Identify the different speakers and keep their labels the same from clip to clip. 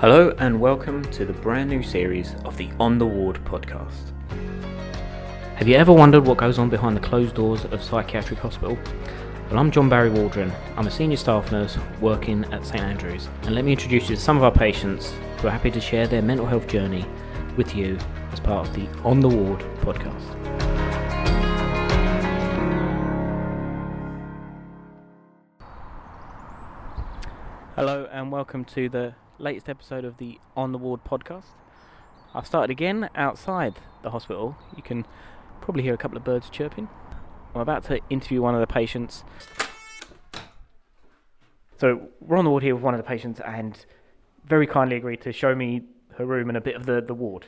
Speaker 1: Hello and welcome to the brand new series of the On the Ward podcast. Have you ever wondered what goes on behind the closed doors of psychiatric hospital? Well, I'm John Barry Waldron. I'm a senior staff nurse working at St Andrews, and let me introduce you to some of our patients who are happy to share their mental health journey with you as part of the On the Ward podcast. Hello and welcome to the latest episode of the On the Ward podcast. I've started again outside the hospital. You can probably hear a couple of birds chirping. I'm about to interview one of the patients. So we're on the ward here with one of the patients and very kindly agreed to show me her room and a bit of the, the ward.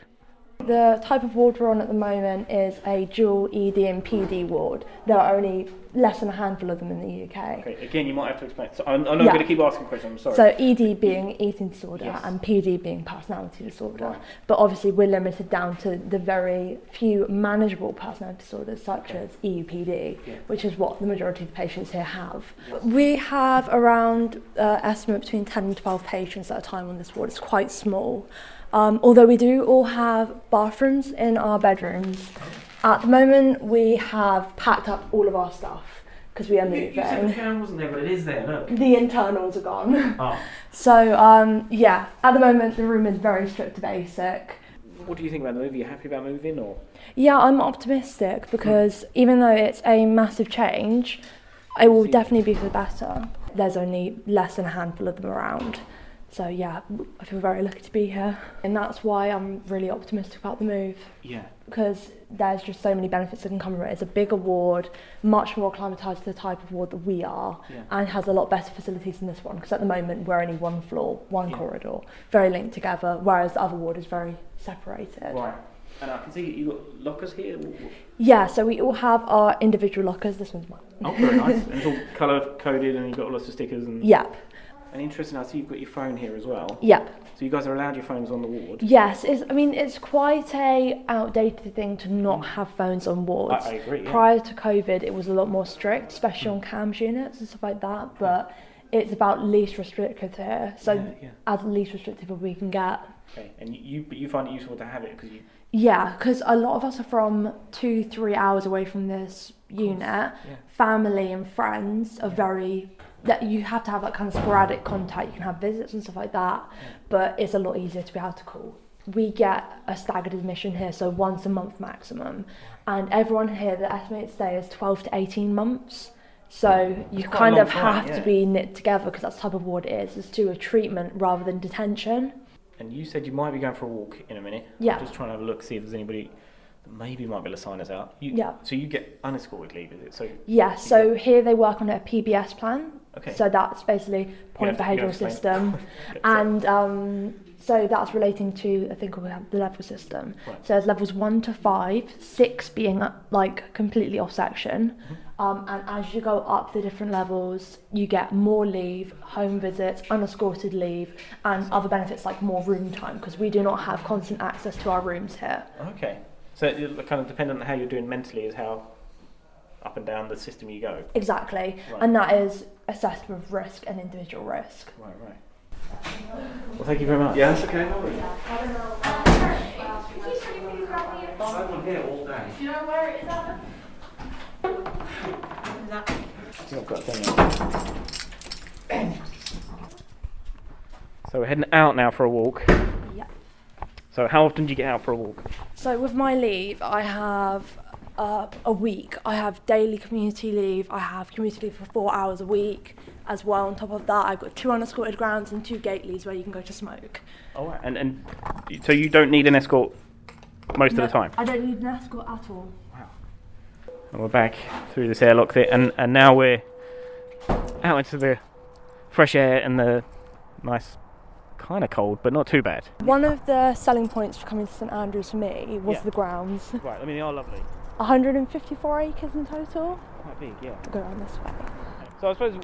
Speaker 2: The type of ward we're on at the moment is a dual ED and PD ward. There are only less than a handful of them in the UK.
Speaker 1: Again, you might have to explain. So I'm, I'm
Speaker 2: not Yeah. gonna
Speaker 1: keep asking questions. I'm sorry. E-
Speaker 2: So ED being eating disorder
Speaker 1: Yes.
Speaker 2: and PD being personality disorder.
Speaker 1: Right.
Speaker 2: But obviously we're limited down to the very few manageable personality disorders such as E EUPD,
Speaker 1: Yeah.
Speaker 2: which is what the majority of the patients here have.
Speaker 3: We have around uh, estimate between 10 and 12 patients at a time on this ward. It's quite small. Um, although we do all have bathrooms in our bedrooms.
Speaker 2: At the moment we have packed up all of our stuff because we are moving.
Speaker 1: camera wasn't there, but it is there. Look.
Speaker 2: The internals are gone.
Speaker 1: Oh.
Speaker 2: So um, yeah, at the moment the room is very stripped to basic.
Speaker 1: What do you think about the move? Are you happy about moving or?
Speaker 3: Yeah, I'm optimistic because even though it's a massive change, it will definitely be for the better.
Speaker 2: There's only less than a handful of them around. So yeah, I feel very lucky to be here, and that's why I'm really optimistic about the move
Speaker 1: Yeah.
Speaker 2: because there's just so many benefits that can come from it. It's a bigger ward, much more acclimatised to the type of ward that we are,
Speaker 1: Yeah.
Speaker 2: and has a lot better facilities than this one. Because at the moment we're only one floor, one
Speaker 1: Yeah.
Speaker 2: corridor, very linked together, whereas the other ward is very separated.
Speaker 1: Right. And I can see you got lockers here.
Speaker 2: Yeah, so we all have our individual lockers. This one's mine.
Speaker 1: Oh, very nice. And it's all colour coded, and you've got lots of stickers and.
Speaker 2: Yep,
Speaker 1: And interesting, I see you've got your phone here as well.
Speaker 2: yep.
Speaker 1: So you guys are allowed your phones on the ward.
Speaker 2: Yes, it's, I mean it's quite a outdated thing to not have phones on
Speaker 1: Mm. I,
Speaker 2: wards.
Speaker 1: I agree. Yeah. Mm.
Speaker 2: Prior to COVID, it was a lot more strict, especially on CAMS units and stuff like that. But it's about least restrictive here, so
Speaker 1: yeah, yeah.
Speaker 2: as least restrictive as we can get.
Speaker 1: Okay. And you, but you find it useful to have it because you.
Speaker 2: Yeah, because a lot of us are from two, three hours away from this unit.
Speaker 1: Yeah.
Speaker 2: Family and friends are very that you have to have that kind of sporadic contact. You can have visits and stuff like that, but it's a lot easier to be able to call. We get a staggered admission here, so once a month maximum, and everyone here the estimated stay is twelve to eighteen months. So you
Speaker 1: quite a
Speaker 2: kind
Speaker 1: long
Speaker 2: of
Speaker 1: time,
Speaker 2: have
Speaker 1: yeah.
Speaker 2: to be knit together because that's the type of ward it is. It's to a treatment rather than detention.
Speaker 1: And you said you might be going for a walk in a minute.
Speaker 2: Yeah.
Speaker 1: Just trying to have a look, see if there's anybody that maybe might be able to sign us out. You,
Speaker 2: Yeah.
Speaker 1: So you get unescorted leave, is it? So.
Speaker 2: Yeah, so here they work on a PBS plan.
Speaker 1: Okay.
Speaker 2: So that's basically
Speaker 1: have
Speaker 2: point
Speaker 1: to- you have
Speaker 2: behavioural
Speaker 1: to explain.
Speaker 2: system. and um, so that's relating to a thing called the level system.
Speaker 1: Right.
Speaker 2: So there's levels one to five, six being uh, like completely off section.
Speaker 1: Mm-hmm.
Speaker 2: Um, and as you go up the different levels, you get more leave, home visits, unescorted leave, and other benefits like more room time because we do not have constant access to our rooms here.
Speaker 1: Okay. So it kind of dependent on how you're doing mentally is how up and down the system you go.
Speaker 2: Exactly.
Speaker 1: Right.
Speaker 2: And that is assessment of risk and individual risk.
Speaker 1: Right, right. Well, thank you very much.
Speaker 4: Yeah, that's okay, no worries.
Speaker 1: I think I've got a thing now. So we're heading out now for a walk.
Speaker 3: Yeah.
Speaker 1: So how often do you get out for a walk?
Speaker 3: So with my leave, I have uh, a week. I have daily community leave. I have community leave for four hours a week as well. On top of that, I've got two unescorted grounds and two gate leaves where you can go to smoke.
Speaker 1: All Oh, right. And and so you don't need an escort most of the time.
Speaker 3: I don't need an escort at all.
Speaker 1: And we're back through this airlock there, and and now we're out into the fresh air and the nice, kind of cold, but not too bad.
Speaker 3: One of the selling points for coming to St Andrews for me was
Speaker 1: Yeah.
Speaker 3: the grounds.
Speaker 1: Right. I mean, they are lovely.
Speaker 3: 154 acres in total.
Speaker 1: Quite big, yeah.
Speaker 3: I'll go around this way.
Speaker 1: So I suppose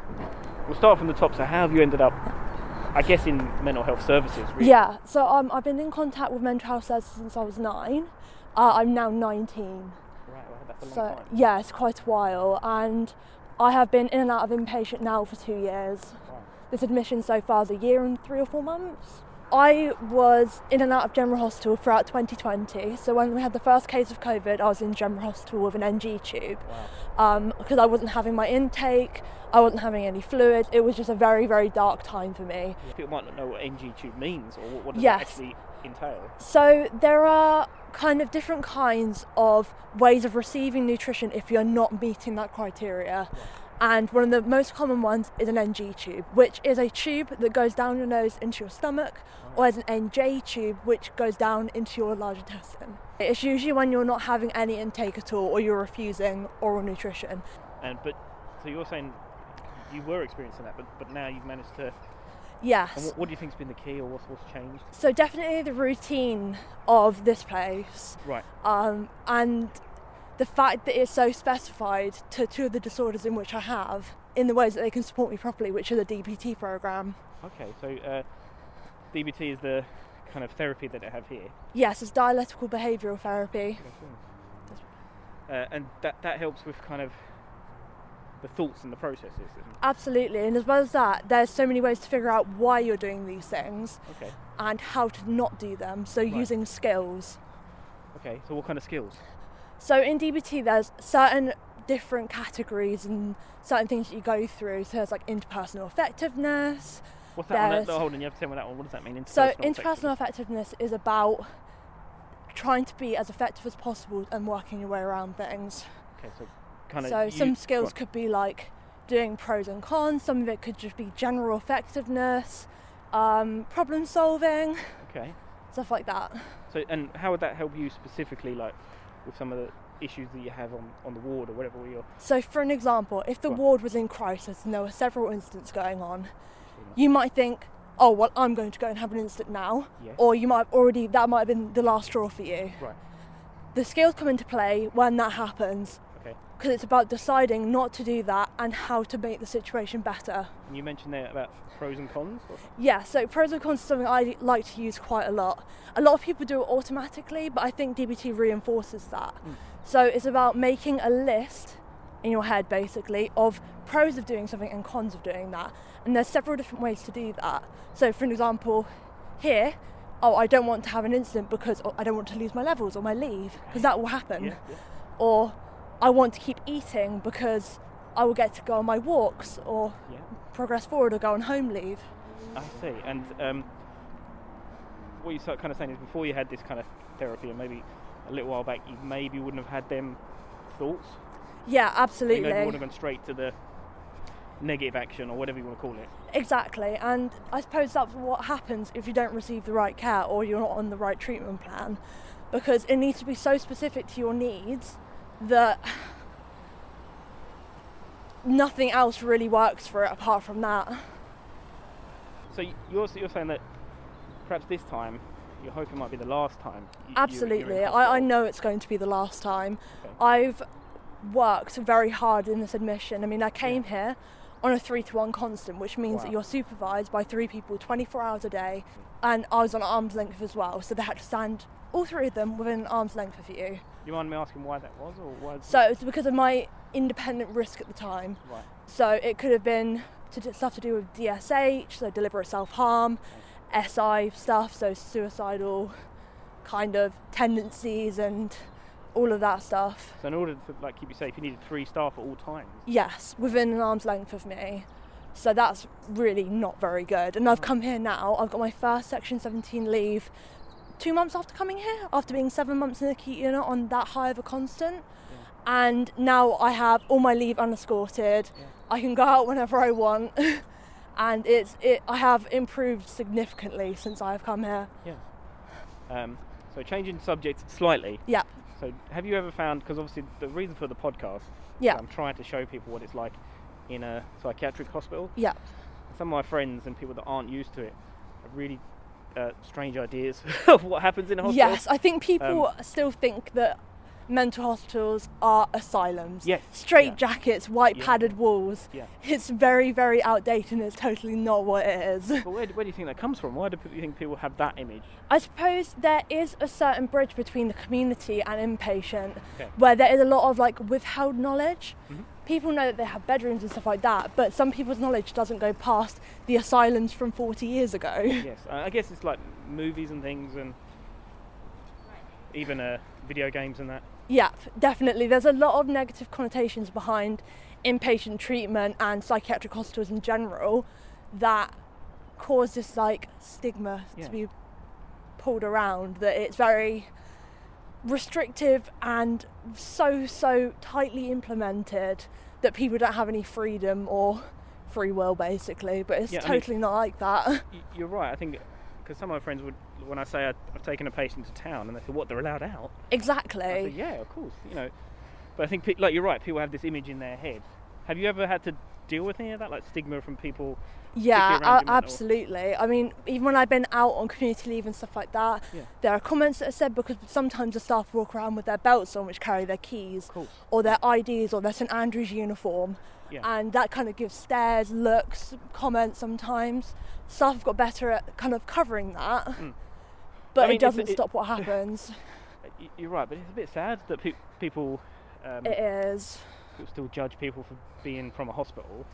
Speaker 1: we'll start from the top. So how have you ended up? I guess in mental health services. Really.
Speaker 3: Yeah, so um, I've been in contact with mental health services since I was nine. Uh, I'm now 19.
Speaker 1: Right, well, that's a long
Speaker 3: So,
Speaker 1: time.
Speaker 3: yeah, it's quite a while. And I have been in and out of inpatient now for two years. This admission so far is a year and three or four months.
Speaker 2: I was in and out of general hospital throughout 2020. So when we had the first case of COVID, I was in general hospital with an NG tube because I wasn't having my intake, I wasn't having any fluid. It was just a very, very dark time for me.
Speaker 1: People might not know what NG tube means or what, what does
Speaker 2: Yes.
Speaker 1: it actually entail.
Speaker 2: So there are kind of different kinds of ways of receiving nutrition if you're not meeting that criteria. And one of the most common ones is an NG tube, which is a tube that goes down your nose into your stomach, or as an NJ tube, which goes down into your large intestine. It's usually when you're not having any intake at all, or you're refusing oral nutrition.
Speaker 1: And but so you're saying you were experiencing that, but but now you've managed to.
Speaker 2: Yes.
Speaker 1: And what, what do you think's been the key, or what's what's changed?
Speaker 2: So definitely the routine of this place
Speaker 1: Right.
Speaker 2: um, and the fact that it's so specified to two of the disorders in which I have in the ways that they can support me properly, which is a DBT program.
Speaker 1: Okay. So uh, DBT is the kind of therapy that they have here,
Speaker 2: Yes, it's dialectical behavioural therapy.
Speaker 1: uh, and that that helps with kind of the thoughts and the processes. and-
Speaker 2: Absolutely, and as well as that, there's so many ways to figure out why you're doing these things
Speaker 1: Okay.
Speaker 2: and how to not do them. So
Speaker 1: Right.
Speaker 2: using skills.
Speaker 1: Okay. So what kind of skills?
Speaker 2: So in DBT, there's certain different categories and certain things that you go through. So there's like interpersonal effectiveness,
Speaker 1: What's that one?
Speaker 2: There's-
Speaker 1: That, hold on, you have to tell me that one. What does that mean?
Speaker 2: So
Speaker 1: Interpersonal
Speaker 2: interpersonal effectiveness is about trying to be as effective as possible and working your way around things.
Speaker 1: effectiveness. Okay, so kind of.
Speaker 2: so
Speaker 1: you-
Speaker 2: some skills
Speaker 1: right.
Speaker 2: could be like doing pros and cons. Some of it could just be general effectiveness, um, problem solving,
Speaker 1: Okay.
Speaker 2: stuff like that.
Speaker 1: So and how would that help you specifically, like with some of the issues that you have on, on the ward or whatever you're.
Speaker 2: So for an example, if the
Speaker 1: Right.
Speaker 2: ward was in crisis and there were several incidents going on, you might think, oh well, I'm going to go and have an incident now,
Speaker 1: Yes.
Speaker 2: or you might have already that might have been the last straw for you.
Speaker 1: Right.
Speaker 2: The skills come into play when that happens.
Speaker 1: Okay.
Speaker 2: because it's about deciding not to do that and how to make the situation better.
Speaker 1: And you mentioned there about pros and cons. Or something.
Speaker 2: Yeah, so pros and cons is something I like to use quite a lot. A lot of people do it automatically, but I think DBT reinforces that. So it's about making a list in your head basically of pros of doing something and cons of doing that. And there's several different ways to do that. So for an example, here, oh, I don't want to have an incident because oh, I don't want to lose my levels or my leave because that will happen
Speaker 1: Yeah, yeah.
Speaker 2: or I want to keep eating because I will get to go on my walks or
Speaker 1: Yeah.
Speaker 2: progress forward or go on home leave.
Speaker 1: I see. And um, what you sort of kind of saying is before you had this kind of therapy, and maybe a little while back, you maybe wouldn't have had them thoughts.
Speaker 2: Yeah,
Speaker 1: You maybe would
Speaker 2: absolutely.
Speaker 1: have gone straight to the negative action or whatever you want to call it.
Speaker 2: Exactly. And I suppose that's what happens if you don't receive the right care or you're not on the right treatment plan because it needs to be so specific to your needs that nothing else really works for it apart from that.
Speaker 1: So y- you're s- you're saying that perhaps this time you're hoping might be the last time. y- you- you're in
Speaker 2: Absolutely. I, I
Speaker 1: hospital.
Speaker 2: know it's going to be the last time.
Speaker 1: Okay.
Speaker 2: I've worked very hard in this admission. I mean, I came here on a three to one constant, which means that
Speaker 1: Wow.
Speaker 2: you're supervised by three people 24 hours a day, and I was on arm's length as well, so they had to stand all three of them within an arm's length of you.
Speaker 1: You mind me asking why that was, or why?
Speaker 2: So it was because of my independent risk at the time.
Speaker 1: Right.
Speaker 2: So it could have been to do, stuff to do with DSH, so deliberate self harm, SI stuff, so suicidal kind of tendencies and all of that stuff.
Speaker 1: So in order to like keep you safe, you needed three staff at all times.
Speaker 2: Yes, within an arm's length of me. So that's really not very good. And I've come here now, I've got my first Section 17 leave two months after coming here, after being seven months in the acute unit on that high of a constant. And now I have all my leave unescorted. I can go out whenever I want. and it's it I have improved significantly since I've come here.
Speaker 1: Yeah. Um, so changing subject slightly.
Speaker 2: Yeah.
Speaker 1: So have you ever found? Because obviously the reason for the podcast.
Speaker 2: Yeah.
Speaker 1: I'm trying to show people what it's like in a psychiatric hospital.
Speaker 2: Yeah.
Speaker 1: Some of my friends and people that aren't used to it have really uh, strange ideas of what happens in a hospital.
Speaker 2: Yes, I think people
Speaker 1: Um,
Speaker 2: still think that mental hospitals are asylums.
Speaker 1: Yes,
Speaker 2: Straight
Speaker 1: yeah.
Speaker 2: jackets, white
Speaker 1: Yeah.
Speaker 2: padded walls.
Speaker 1: Yeah.
Speaker 2: It's very, very outdated and it's totally not what it is.
Speaker 1: But where, where do you think that comes from? Why do people, you think people have that image?
Speaker 2: I suppose there is a certain bridge between the community and inpatient
Speaker 1: Okay. Mm-hmm.
Speaker 2: where there is a lot of like withheld knowledge. people know that they have bedrooms and stuff like that, but some people's knowledge doesn't go past the asylums from 40 years ago.
Speaker 1: Yes, I I guess it's like movies and things, and even uh, video games and that.
Speaker 2: yep, definitely. There's a lot of negative connotations behind inpatient treatment and psychiatric hospitals in general that cause this like stigma
Speaker 1: Yeah.
Speaker 2: to be pulled around that it's very restrictive and so so tightly implemented that people don't have any freedom or free will basically but it's
Speaker 1: Yeah, I mean-
Speaker 2: totally not like that
Speaker 1: Y- You're right. I think because some of my friends would, when I say I- I've taken a patient to town, and they say, "What? They're allowed out?"
Speaker 2: exactly
Speaker 1: I say, "Yeah, of course." You know, but I think pe- like you're right. People have this image in their head. Have you ever had to deal with any of that, like stigma from people?
Speaker 2: Yeah,
Speaker 1: particularly around
Speaker 2: a-
Speaker 1: your mental-
Speaker 2: absolutely. I mean, even when I've been out on community leave and stuff like that,
Speaker 1: Yeah.
Speaker 2: there are comments that are said because sometimes the staff walk around with their belts on, which carry their keys,
Speaker 1: Of course.
Speaker 2: or their IDs, or their St Andrews uniform,
Speaker 1: Yeah.
Speaker 2: and that kind of gives stares, looks, comments. Sometimes staff have got better at kind of covering that, but
Speaker 1: Mm. I mean,
Speaker 2: it
Speaker 1: it's-
Speaker 2: doesn't
Speaker 1: it-
Speaker 2: stop what happens.
Speaker 1: Y- You're right, but it's a bit sad that pe- people um,
Speaker 2: it is.
Speaker 1: still judge people for being from a hospital.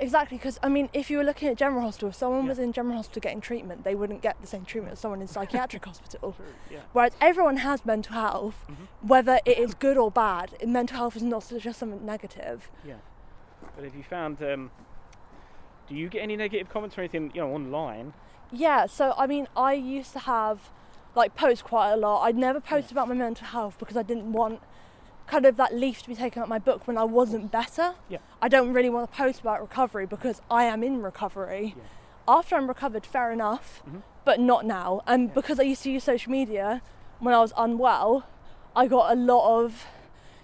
Speaker 2: Exactly, because I mean, if you were looking at general hospital, if someone
Speaker 1: Yeah.
Speaker 2: was in general hospital getting treatment, they wouldn't get the same treatment as someone in psychiatric hospital.
Speaker 1: Yeah.
Speaker 2: Whereas everyone has mental health, whether it is good or bad, and mental health is not just something negative.
Speaker 1: Yeah. But have you found? Um, do you get any negative comments or anything? You know, online.
Speaker 2: Yeah, so I mean, I used to have like post quite a lot. I'd never post about my mental health because I didn't want kind of that leaf to be taken out of my book when I wasn't better.
Speaker 1: Yeah.
Speaker 2: I don't really want to post about recovery because I am in recovery.
Speaker 1: Yeah. Mm-hmm.
Speaker 2: After I'm recovered, fair enough, but not now. And because I used to use social media when I was unwell, I got a lot of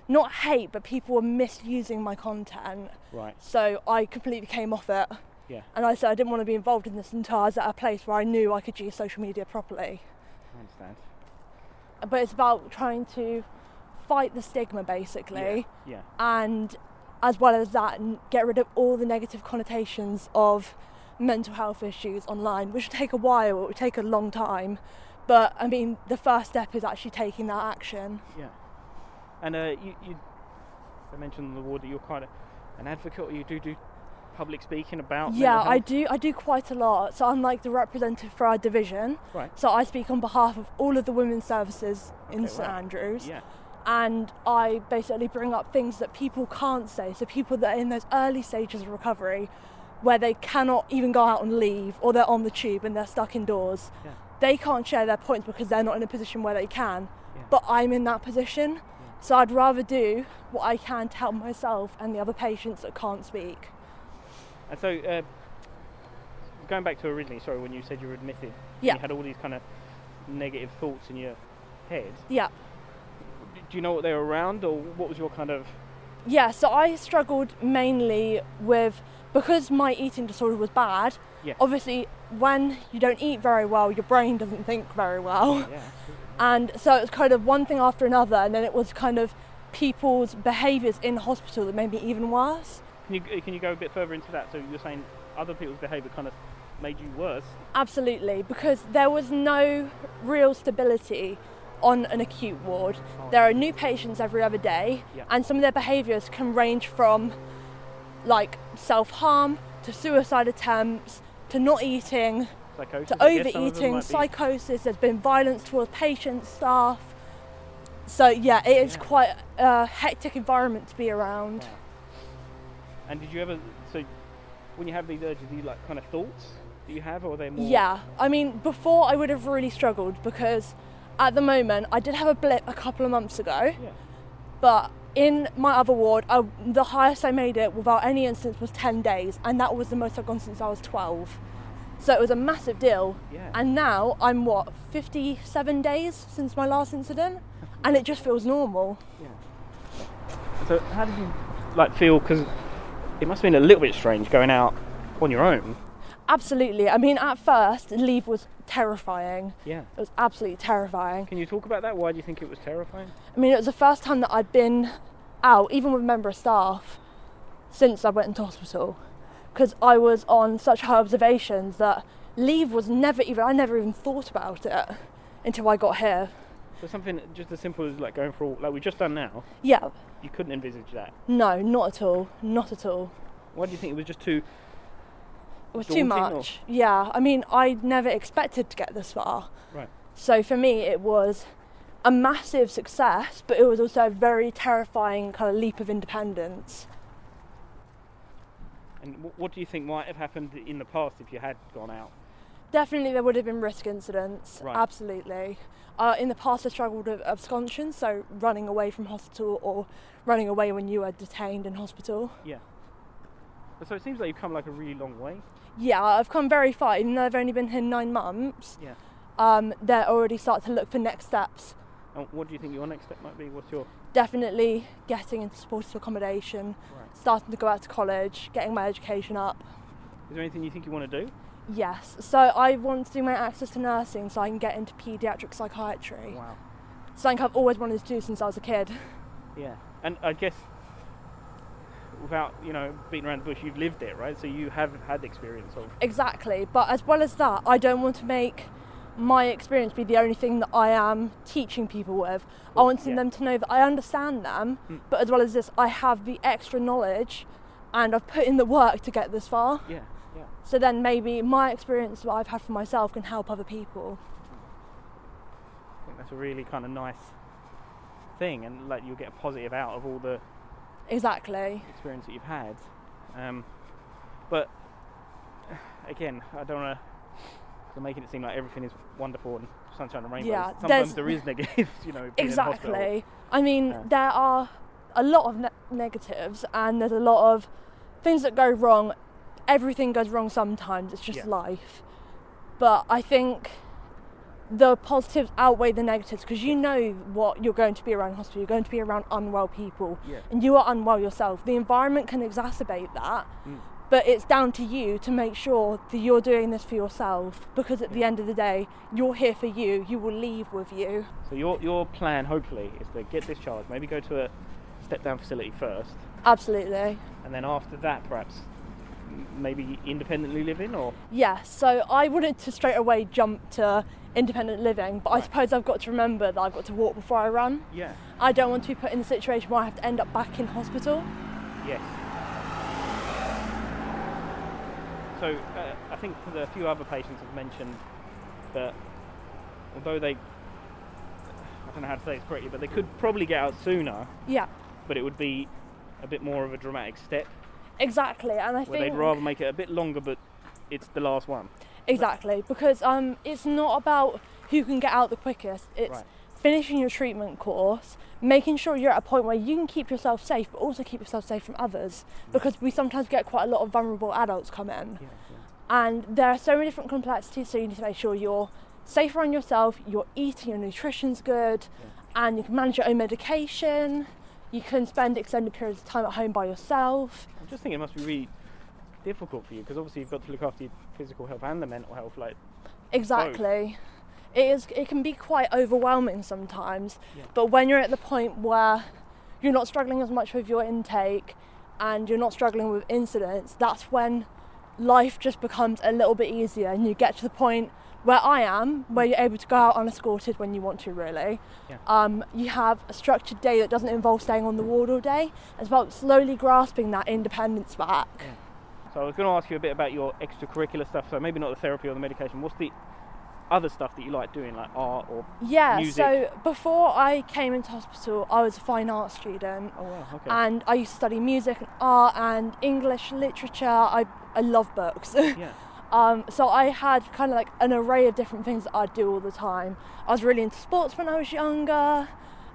Speaker 2: not hate, but people were misusing my content.
Speaker 1: Right.
Speaker 2: So I completely came off it.
Speaker 1: Yeah.
Speaker 2: And I said I didn't want to be involved in this until I was at a place where I knew I could use social media properly.
Speaker 1: I understand.
Speaker 2: But it's about trying to fight the stigma basically,
Speaker 1: Yeah.
Speaker 2: and as well as that, n- get rid of all the negative connotations of mental health issues online, which would take a while, it would take a long time. But I mean, the first step is actually taking that action.
Speaker 1: Yeah. And uh, you, you, I mentioned on the ward that you're quite a, an advocate, or you do do public speaking about. mental
Speaker 2: Yeah, I
Speaker 1: health.
Speaker 2: do. I do quite a lot. So I'm like the representative for our division.
Speaker 1: Right.
Speaker 2: So I speak on behalf of all of the women's services in
Speaker 1: Okay,
Speaker 2: St
Speaker 1: wow.
Speaker 2: Andrews,
Speaker 1: Yeah.
Speaker 2: and I basically bring up things that people can't say. So people that are in those early stages of recovery, where they cannot even go out and leave, or they're on the tube and they're stuck indoors,
Speaker 1: Yeah.
Speaker 2: they can't share their points because they're not in a position where they can.
Speaker 1: Yeah.
Speaker 2: But I'm in that position, so I'd rather do what I can to help myself and the other patients that can't speak.
Speaker 1: And so, uh, going back to originally, sorry, when you said you were admitted,
Speaker 2: Yeah.
Speaker 1: you had all these kind of negative thoughts in your head.
Speaker 2: Yeah.
Speaker 1: D- Do you know what they were around, or what was your kind of?
Speaker 2: Yeah, so I struggled mainly with because my eating disorder was bad.
Speaker 1: Yeah.
Speaker 2: Obviously, when you don't eat very well, your brain doesn't think very well.
Speaker 1: Yeah.
Speaker 2: And so it was kind of one thing after another, and then it was kind of people's behaviours in hospital that made me even worse.
Speaker 1: Can you can you go a bit further into that? So you're saying other people's behaviour kind of made you worse.
Speaker 2: Absolutely, because there was no real stability on an acute ward. There are new patients every other day,
Speaker 1: Yeah.
Speaker 2: and some of their behaviours can range from like self harm to suicide attempts to not eating
Speaker 1: Psychosis.
Speaker 2: to
Speaker 1: I guess some of them
Speaker 2: overeating,
Speaker 1: might be-
Speaker 2: psychosis. There's been violence towards patients, staff. So yeah, it is
Speaker 1: Yeah.
Speaker 2: quite a hectic environment to be around.
Speaker 1: Wow. And did you ever? So when you have these urges, do you like kind of thoughts that you have, or are they more?
Speaker 2: Yeah, I mean, before I would have really struggled because at the moment I did have a blip a couple of months ago,
Speaker 1: Yeah.
Speaker 2: but in my other ward, I, the highest I made it without any instance was 10 days, and that was the most I've gone since I was 12. So it was a massive deal.
Speaker 1: Yeah.
Speaker 2: And now I'm what, 57 days since my last incident, and it just feels normal.
Speaker 1: So how did you like feel? Because it must have been a little bit strange going out on your own.
Speaker 2: Absolutely. I mean, at first, leave was terrifying.
Speaker 1: Yeah.
Speaker 2: It was absolutely terrifying.
Speaker 1: Can you talk about that? Why do you think it was terrifying?
Speaker 2: I mean, it was the first time that I'd been out, even with a member of staff, since I went into hospital. Because I was on such high observations that leave was never even, I never even thought about it until I got here.
Speaker 1: So something just as simple as like going for a walk, like we've just done now,
Speaker 2: Yeah.
Speaker 1: you couldn't envisage that.
Speaker 2: No, not at all. Not at all.
Speaker 1: Why do you think it was just too?
Speaker 2: It was too
Speaker 1: Daunting or-
Speaker 2: much. Yeah. I mean, I never expected to get this far.
Speaker 1: Right.
Speaker 2: So for me, it was a massive success, but it was also a very terrifying kind of leap of independence.
Speaker 1: And wh- what do you think might have happened in the past if you had gone out?
Speaker 2: Definitely, there would have been risk incidents.
Speaker 1: Right.
Speaker 2: Absolutely. Uh, in the past, I struggled with absconsion, so running away from hospital or running away when you are detained in hospital.
Speaker 1: So it seems like you've come like a really long way.
Speaker 2: Yeah, I've come very far. Even though I've only been here nine months,
Speaker 1: Yeah.
Speaker 2: um, they're already starting to look for next steps.
Speaker 1: And what do you think your next step might be? What's your
Speaker 2: Definitely getting into supported accommodation,
Speaker 1: right?
Speaker 2: starting to go out to college, getting my education up.
Speaker 1: Is there anything you think you want to do?
Speaker 2: Yes, so I want to do my access to nursing so I can get into paediatric psychiatry.
Speaker 1: Wow.
Speaker 2: Something I've always wanted to do since I was a kid.
Speaker 1: Yeah. And I guess without you know beating around the bush, you've lived it, right? So you have had experience of.
Speaker 2: Exactly, but as well as that, I don't want to make my experience be the only thing that I am teaching people with. I
Speaker 1: Well,
Speaker 2: want
Speaker 1: yeah.
Speaker 2: them to know that I understand them,
Speaker 1: Mm.
Speaker 2: but as well as this, I have the extra knowledge and I've put in the work to get this far.
Speaker 1: Yeah. Yeah.
Speaker 2: So then maybe my experience, what I've had for myself, can help other people.
Speaker 1: I think that's a really kind of nice thing, and like you'll get a positive out of all the
Speaker 2: Exactly.
Speaker 1: experience that you've had. Um, but again, I don't want to making it seem like everything is wonderful and sunshine and rainbows.
Speaker 2: Yeah,
Speaker 1: Sometimes
Speaker 2: there's-
Speaker 1: there is negatives, you know. being in hospital.
Speaker 2: Exactly. I mean,
Speaker 1: Yeah.
Speaker 2: there are a lot of ne- negatives, and there's a lot of things that go wrong. Everything goes wrong sometimes. It's just
Speaker 1: Yeah.
Speaker 2: life. But I think the positives outweigh the negatives because you know what you're going to be around in hospital. You're going to be around unwell people,
Speaker 1: Yeah.
Speaker 2: and you are unwell yourself. The environment can exacerbate that.
Speaker 1: Mm.
Speaker 2: But it's down to you to make sure that you're doing this for yourself because at the
Speaker 1: Yeah.
Speaker 2: end of the day, you're here for you. You will leave with you.
Speaker 1: So your your plan hopefully is to get discharged, maybe go to a step down facility first,
Speaker 2: Absolutely.
Speaker 1: and then after that perhaps m- maybe independently live in or
Speaker 2: Yes, so I wanted to straight away jump to independent living, but I
Speaker 1: Right.
Speaker 2: suppose I've got to remember that I've got to walk before I run.
Speaker 1: yeah
Speaker 2: I don't want to be put in a situation where I have to end up back in hospital.
Speaker 1: yes. So uh, I think that a few other patients have mentioned that although they I don't know how to say this correctly, but they could probably get out sooner,
Speaker 2: Yeah,
Speaker 1: but it would be a bit more of a dramatic step
Speaker 2: exactly. And
Speaker 1: where
Speaker 2: I think
Speaker 1: they'd rather make it a bit longer, but it's the last one.
Speaker 2: exactly because um, it's not about who can get out the quickest. It's
Speaker 1: Right.
Speaker 2: finishing your treatment course, making sure you're at a point where you can keep yourself safe, but also keep yourself safe from others. Because we sometimes get quite a lot of vulnerable adults come in.
Speaker 1: Yeah, yeah.
Speaker 2: and there are so many different complexities so you need to make sure you're safe around yourself you're eating your nutrition's good and you can manage your own medication you can spend extended periods of time at home by yourself
Speaker 1: I'm just thinking it must be really difficult for you because obviously you've got to look after your physical health and the mental health. Like,
Speaker 2: exactly it is it can be quite overwhelming sometimes
Speaker 1: Yeah.
Speaker 2: but when you're at the point where you're not struggling as much with your intake and you're not struggling with incidents that's when life just becomes a little bit easier and you get to the point where I am where you're able to go out unescorted when you want to really
Speaker 1: Yeah.
Speaker 2: um, you have a structured day that doesn't involve staying on the ward all day it's about slowly grasping that independence back
Speaker 1: so I was going to ask you a bit about your extracurricular stuff. So maybe not the therapy or the medication. What's the other stuff that you like doing, like art or?
Speaker 2: yeah
Speaker 1: Music.
Speaker 2: so before I came into hospital I was a fine arts student
Speaker 1: Oh wow, okay.
Speaker 2: and I used to study music and art and English literature. I, I love books.
Speaker 1: yeah,
Speaker 2: um, so I had kind of like an array of different things that I'd do all the time. I was really into sports when I was younger.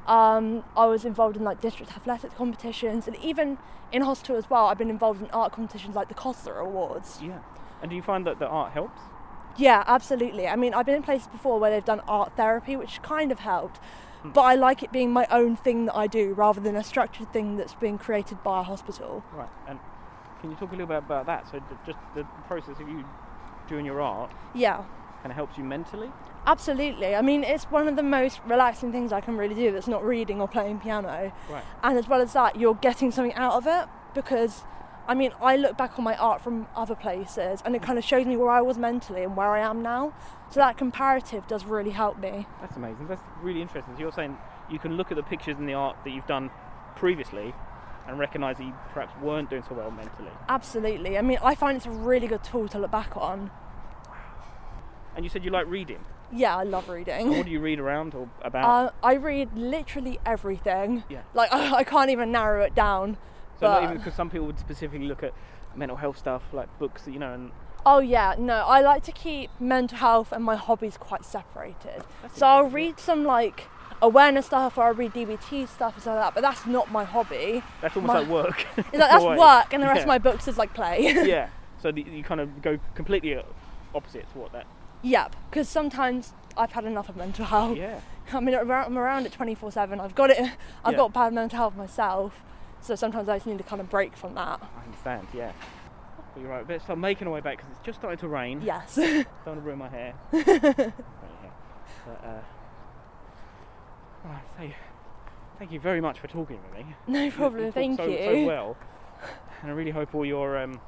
Speaker 2: Um, I was involved in like district athletic competitions and even in hospital as well. I've been involved in art competitions like the Costa Awards.
Speaker 1: yeah. And do you find that the art helps?
Speaker 2: Yeah, absolutely. I mean, I've been in places before where they've done art therapy, which kind of helped. But I like it being my own thing that I do rather than a structured thing that's been created by a hospital.
Speaker 1: Right. And can you talk a little bit about that? So the, just the process of you doing your art
Speaker 2: Yeah.
Speaker 1: kind of helps you mentally.
Speaker 2: Absolutely. I mean, it's one of the most relaxing things I can really do that's not reading or playing piano.
Speaker 1: Right.
Speaker 2: And as well as that, you're getting something out of it because I mean, I look back on my art from other places and it kind of shows me where I was mentally and where I am now. So that comparative does really help me.
Speaker 1: That's amazing. That's really interesting. So you're saying you can look at the pictures and the art that you've done previously and recognise that you perhaps weren't doing so well mentally.
Speaker 2: Absolutely. I mean, I find it's a really good tool to look back on.
Speaker 1: And you said you like reading.
Speaker 2: Yeah, I love reading.
Speaker 1: What do you read around or about?
Speaker 2: Uh, I read literally everything.
Speaker 1: Yeah.
Speaker 2: Like I, I can't even narrow it down.
Speaker 1: so not
Speaker 2: but-
Speaker 1: even because some people would specifically look at mental health stuff, like books, you know, and
Speaker 2: Oh yeah, no, I like to keep mental health and my hobbies quite separated.
Speaker 1: That's
Speaker 2: so I'll
Speaker 1: interesting.
Speaker 2: read some like awareness stuff or I'll read DBT stuff and stuff like that, but that's not my hobby.
Speaker 1: that's almost
Speaker 2: My-
Speaker 1: like work.
Speaker 2: It's like that's
Speaker 1: Why?
Speaker 2: work and the rest
Speaker 1: Yeah.
Speaker 2: of my books is like play.
Speaker 1: yeah. So the, you kind of go completely uh, opposite to what that.
Speaker 2: yep, because sometimes I've had enough of mental health.
Speaker 1: Yeah.
Speaker 2: I mean, I'm ar- I'm around it 24 7. I've got it, I've
Speaker 1: Yeah.
Speaker 2: got bad mental health myself, so sometimes I just need to kind of break from that.
Speaker 1: I understand. Yeah. But you're right. But start making our way back because it's just starting to rain.
Speaker 2: Yes.
Speaker 1: Don't want to ruin my hair. Right, yeah. But, uh, right, so thank you very much for talking with me.
Speaker 2: no
Speaker 1: You-
Speaker 2: problem,
Speaker 1: you talked
Speaker 2: thank
Speaker 1: so,
Speaker 2: you.
Speaker 1: So well, and I really hope all your um,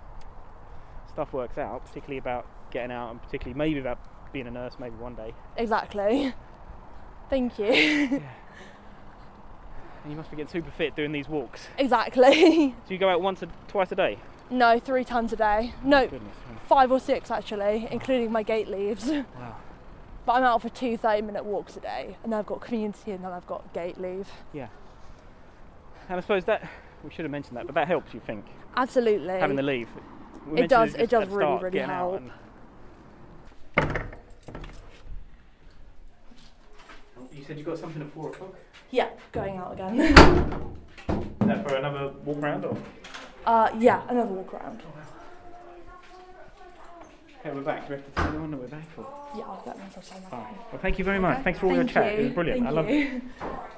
Speaker 1: stuff works out, particularly about getting out, and particularly maybe about being a nurse, maybe one day.
Speaker 2: Exactly. Thank you.
Speaker 1: And you must be getting super fit doing these walks.
Speaker 2: exactly.
Speaker 1: Do you go out once or twice a day?
Speaker 2: No, three times a day. No,
Speaker 1: Goodness, me.
Speaker 2: five or six actually, including my gate leaves.
Speaker 1: wow.
Speaker 2: But I'm out for two 30 minute walks a day, and then I've got community and then I've got gate leave.
Speaker 1: And I suppose that we should have mentioned that, but that helps. You think
Speaker 2: Absolutely.
Speaker 1: having the leave? We mentioned
Speaker 2: It does-
Speaker 1: just
Speaker 2: it does
Speaker 1: at the
Speaker 2: really,
Speaker 1: start,
Speaker 2: really
Speaker 1: getting out
Speaker 2: help.
Speaker 1: and- You said you got something at four o'clock.
Speaker 2: yeah, going out again.
Speaker 1: Is that for another walk round or?
Speaker 2: Uh, yeah, another walk around.
Speaker 1: Okay, we're back. Do we have to tell everyone that Oh, we're back? Or?
Speaker 2: Yeah, I'll get myself signed up.
Speaker 1: Well, thank you very much. Thanks for all your
Speaker 2: Thank
Speaker 1: chat. It
Speaker 2: you.
Speaker 1: was brilliant.
Speaker 2: Thank
Speaker 1: I loved
Speaker 2: you.
Speaker 1: it.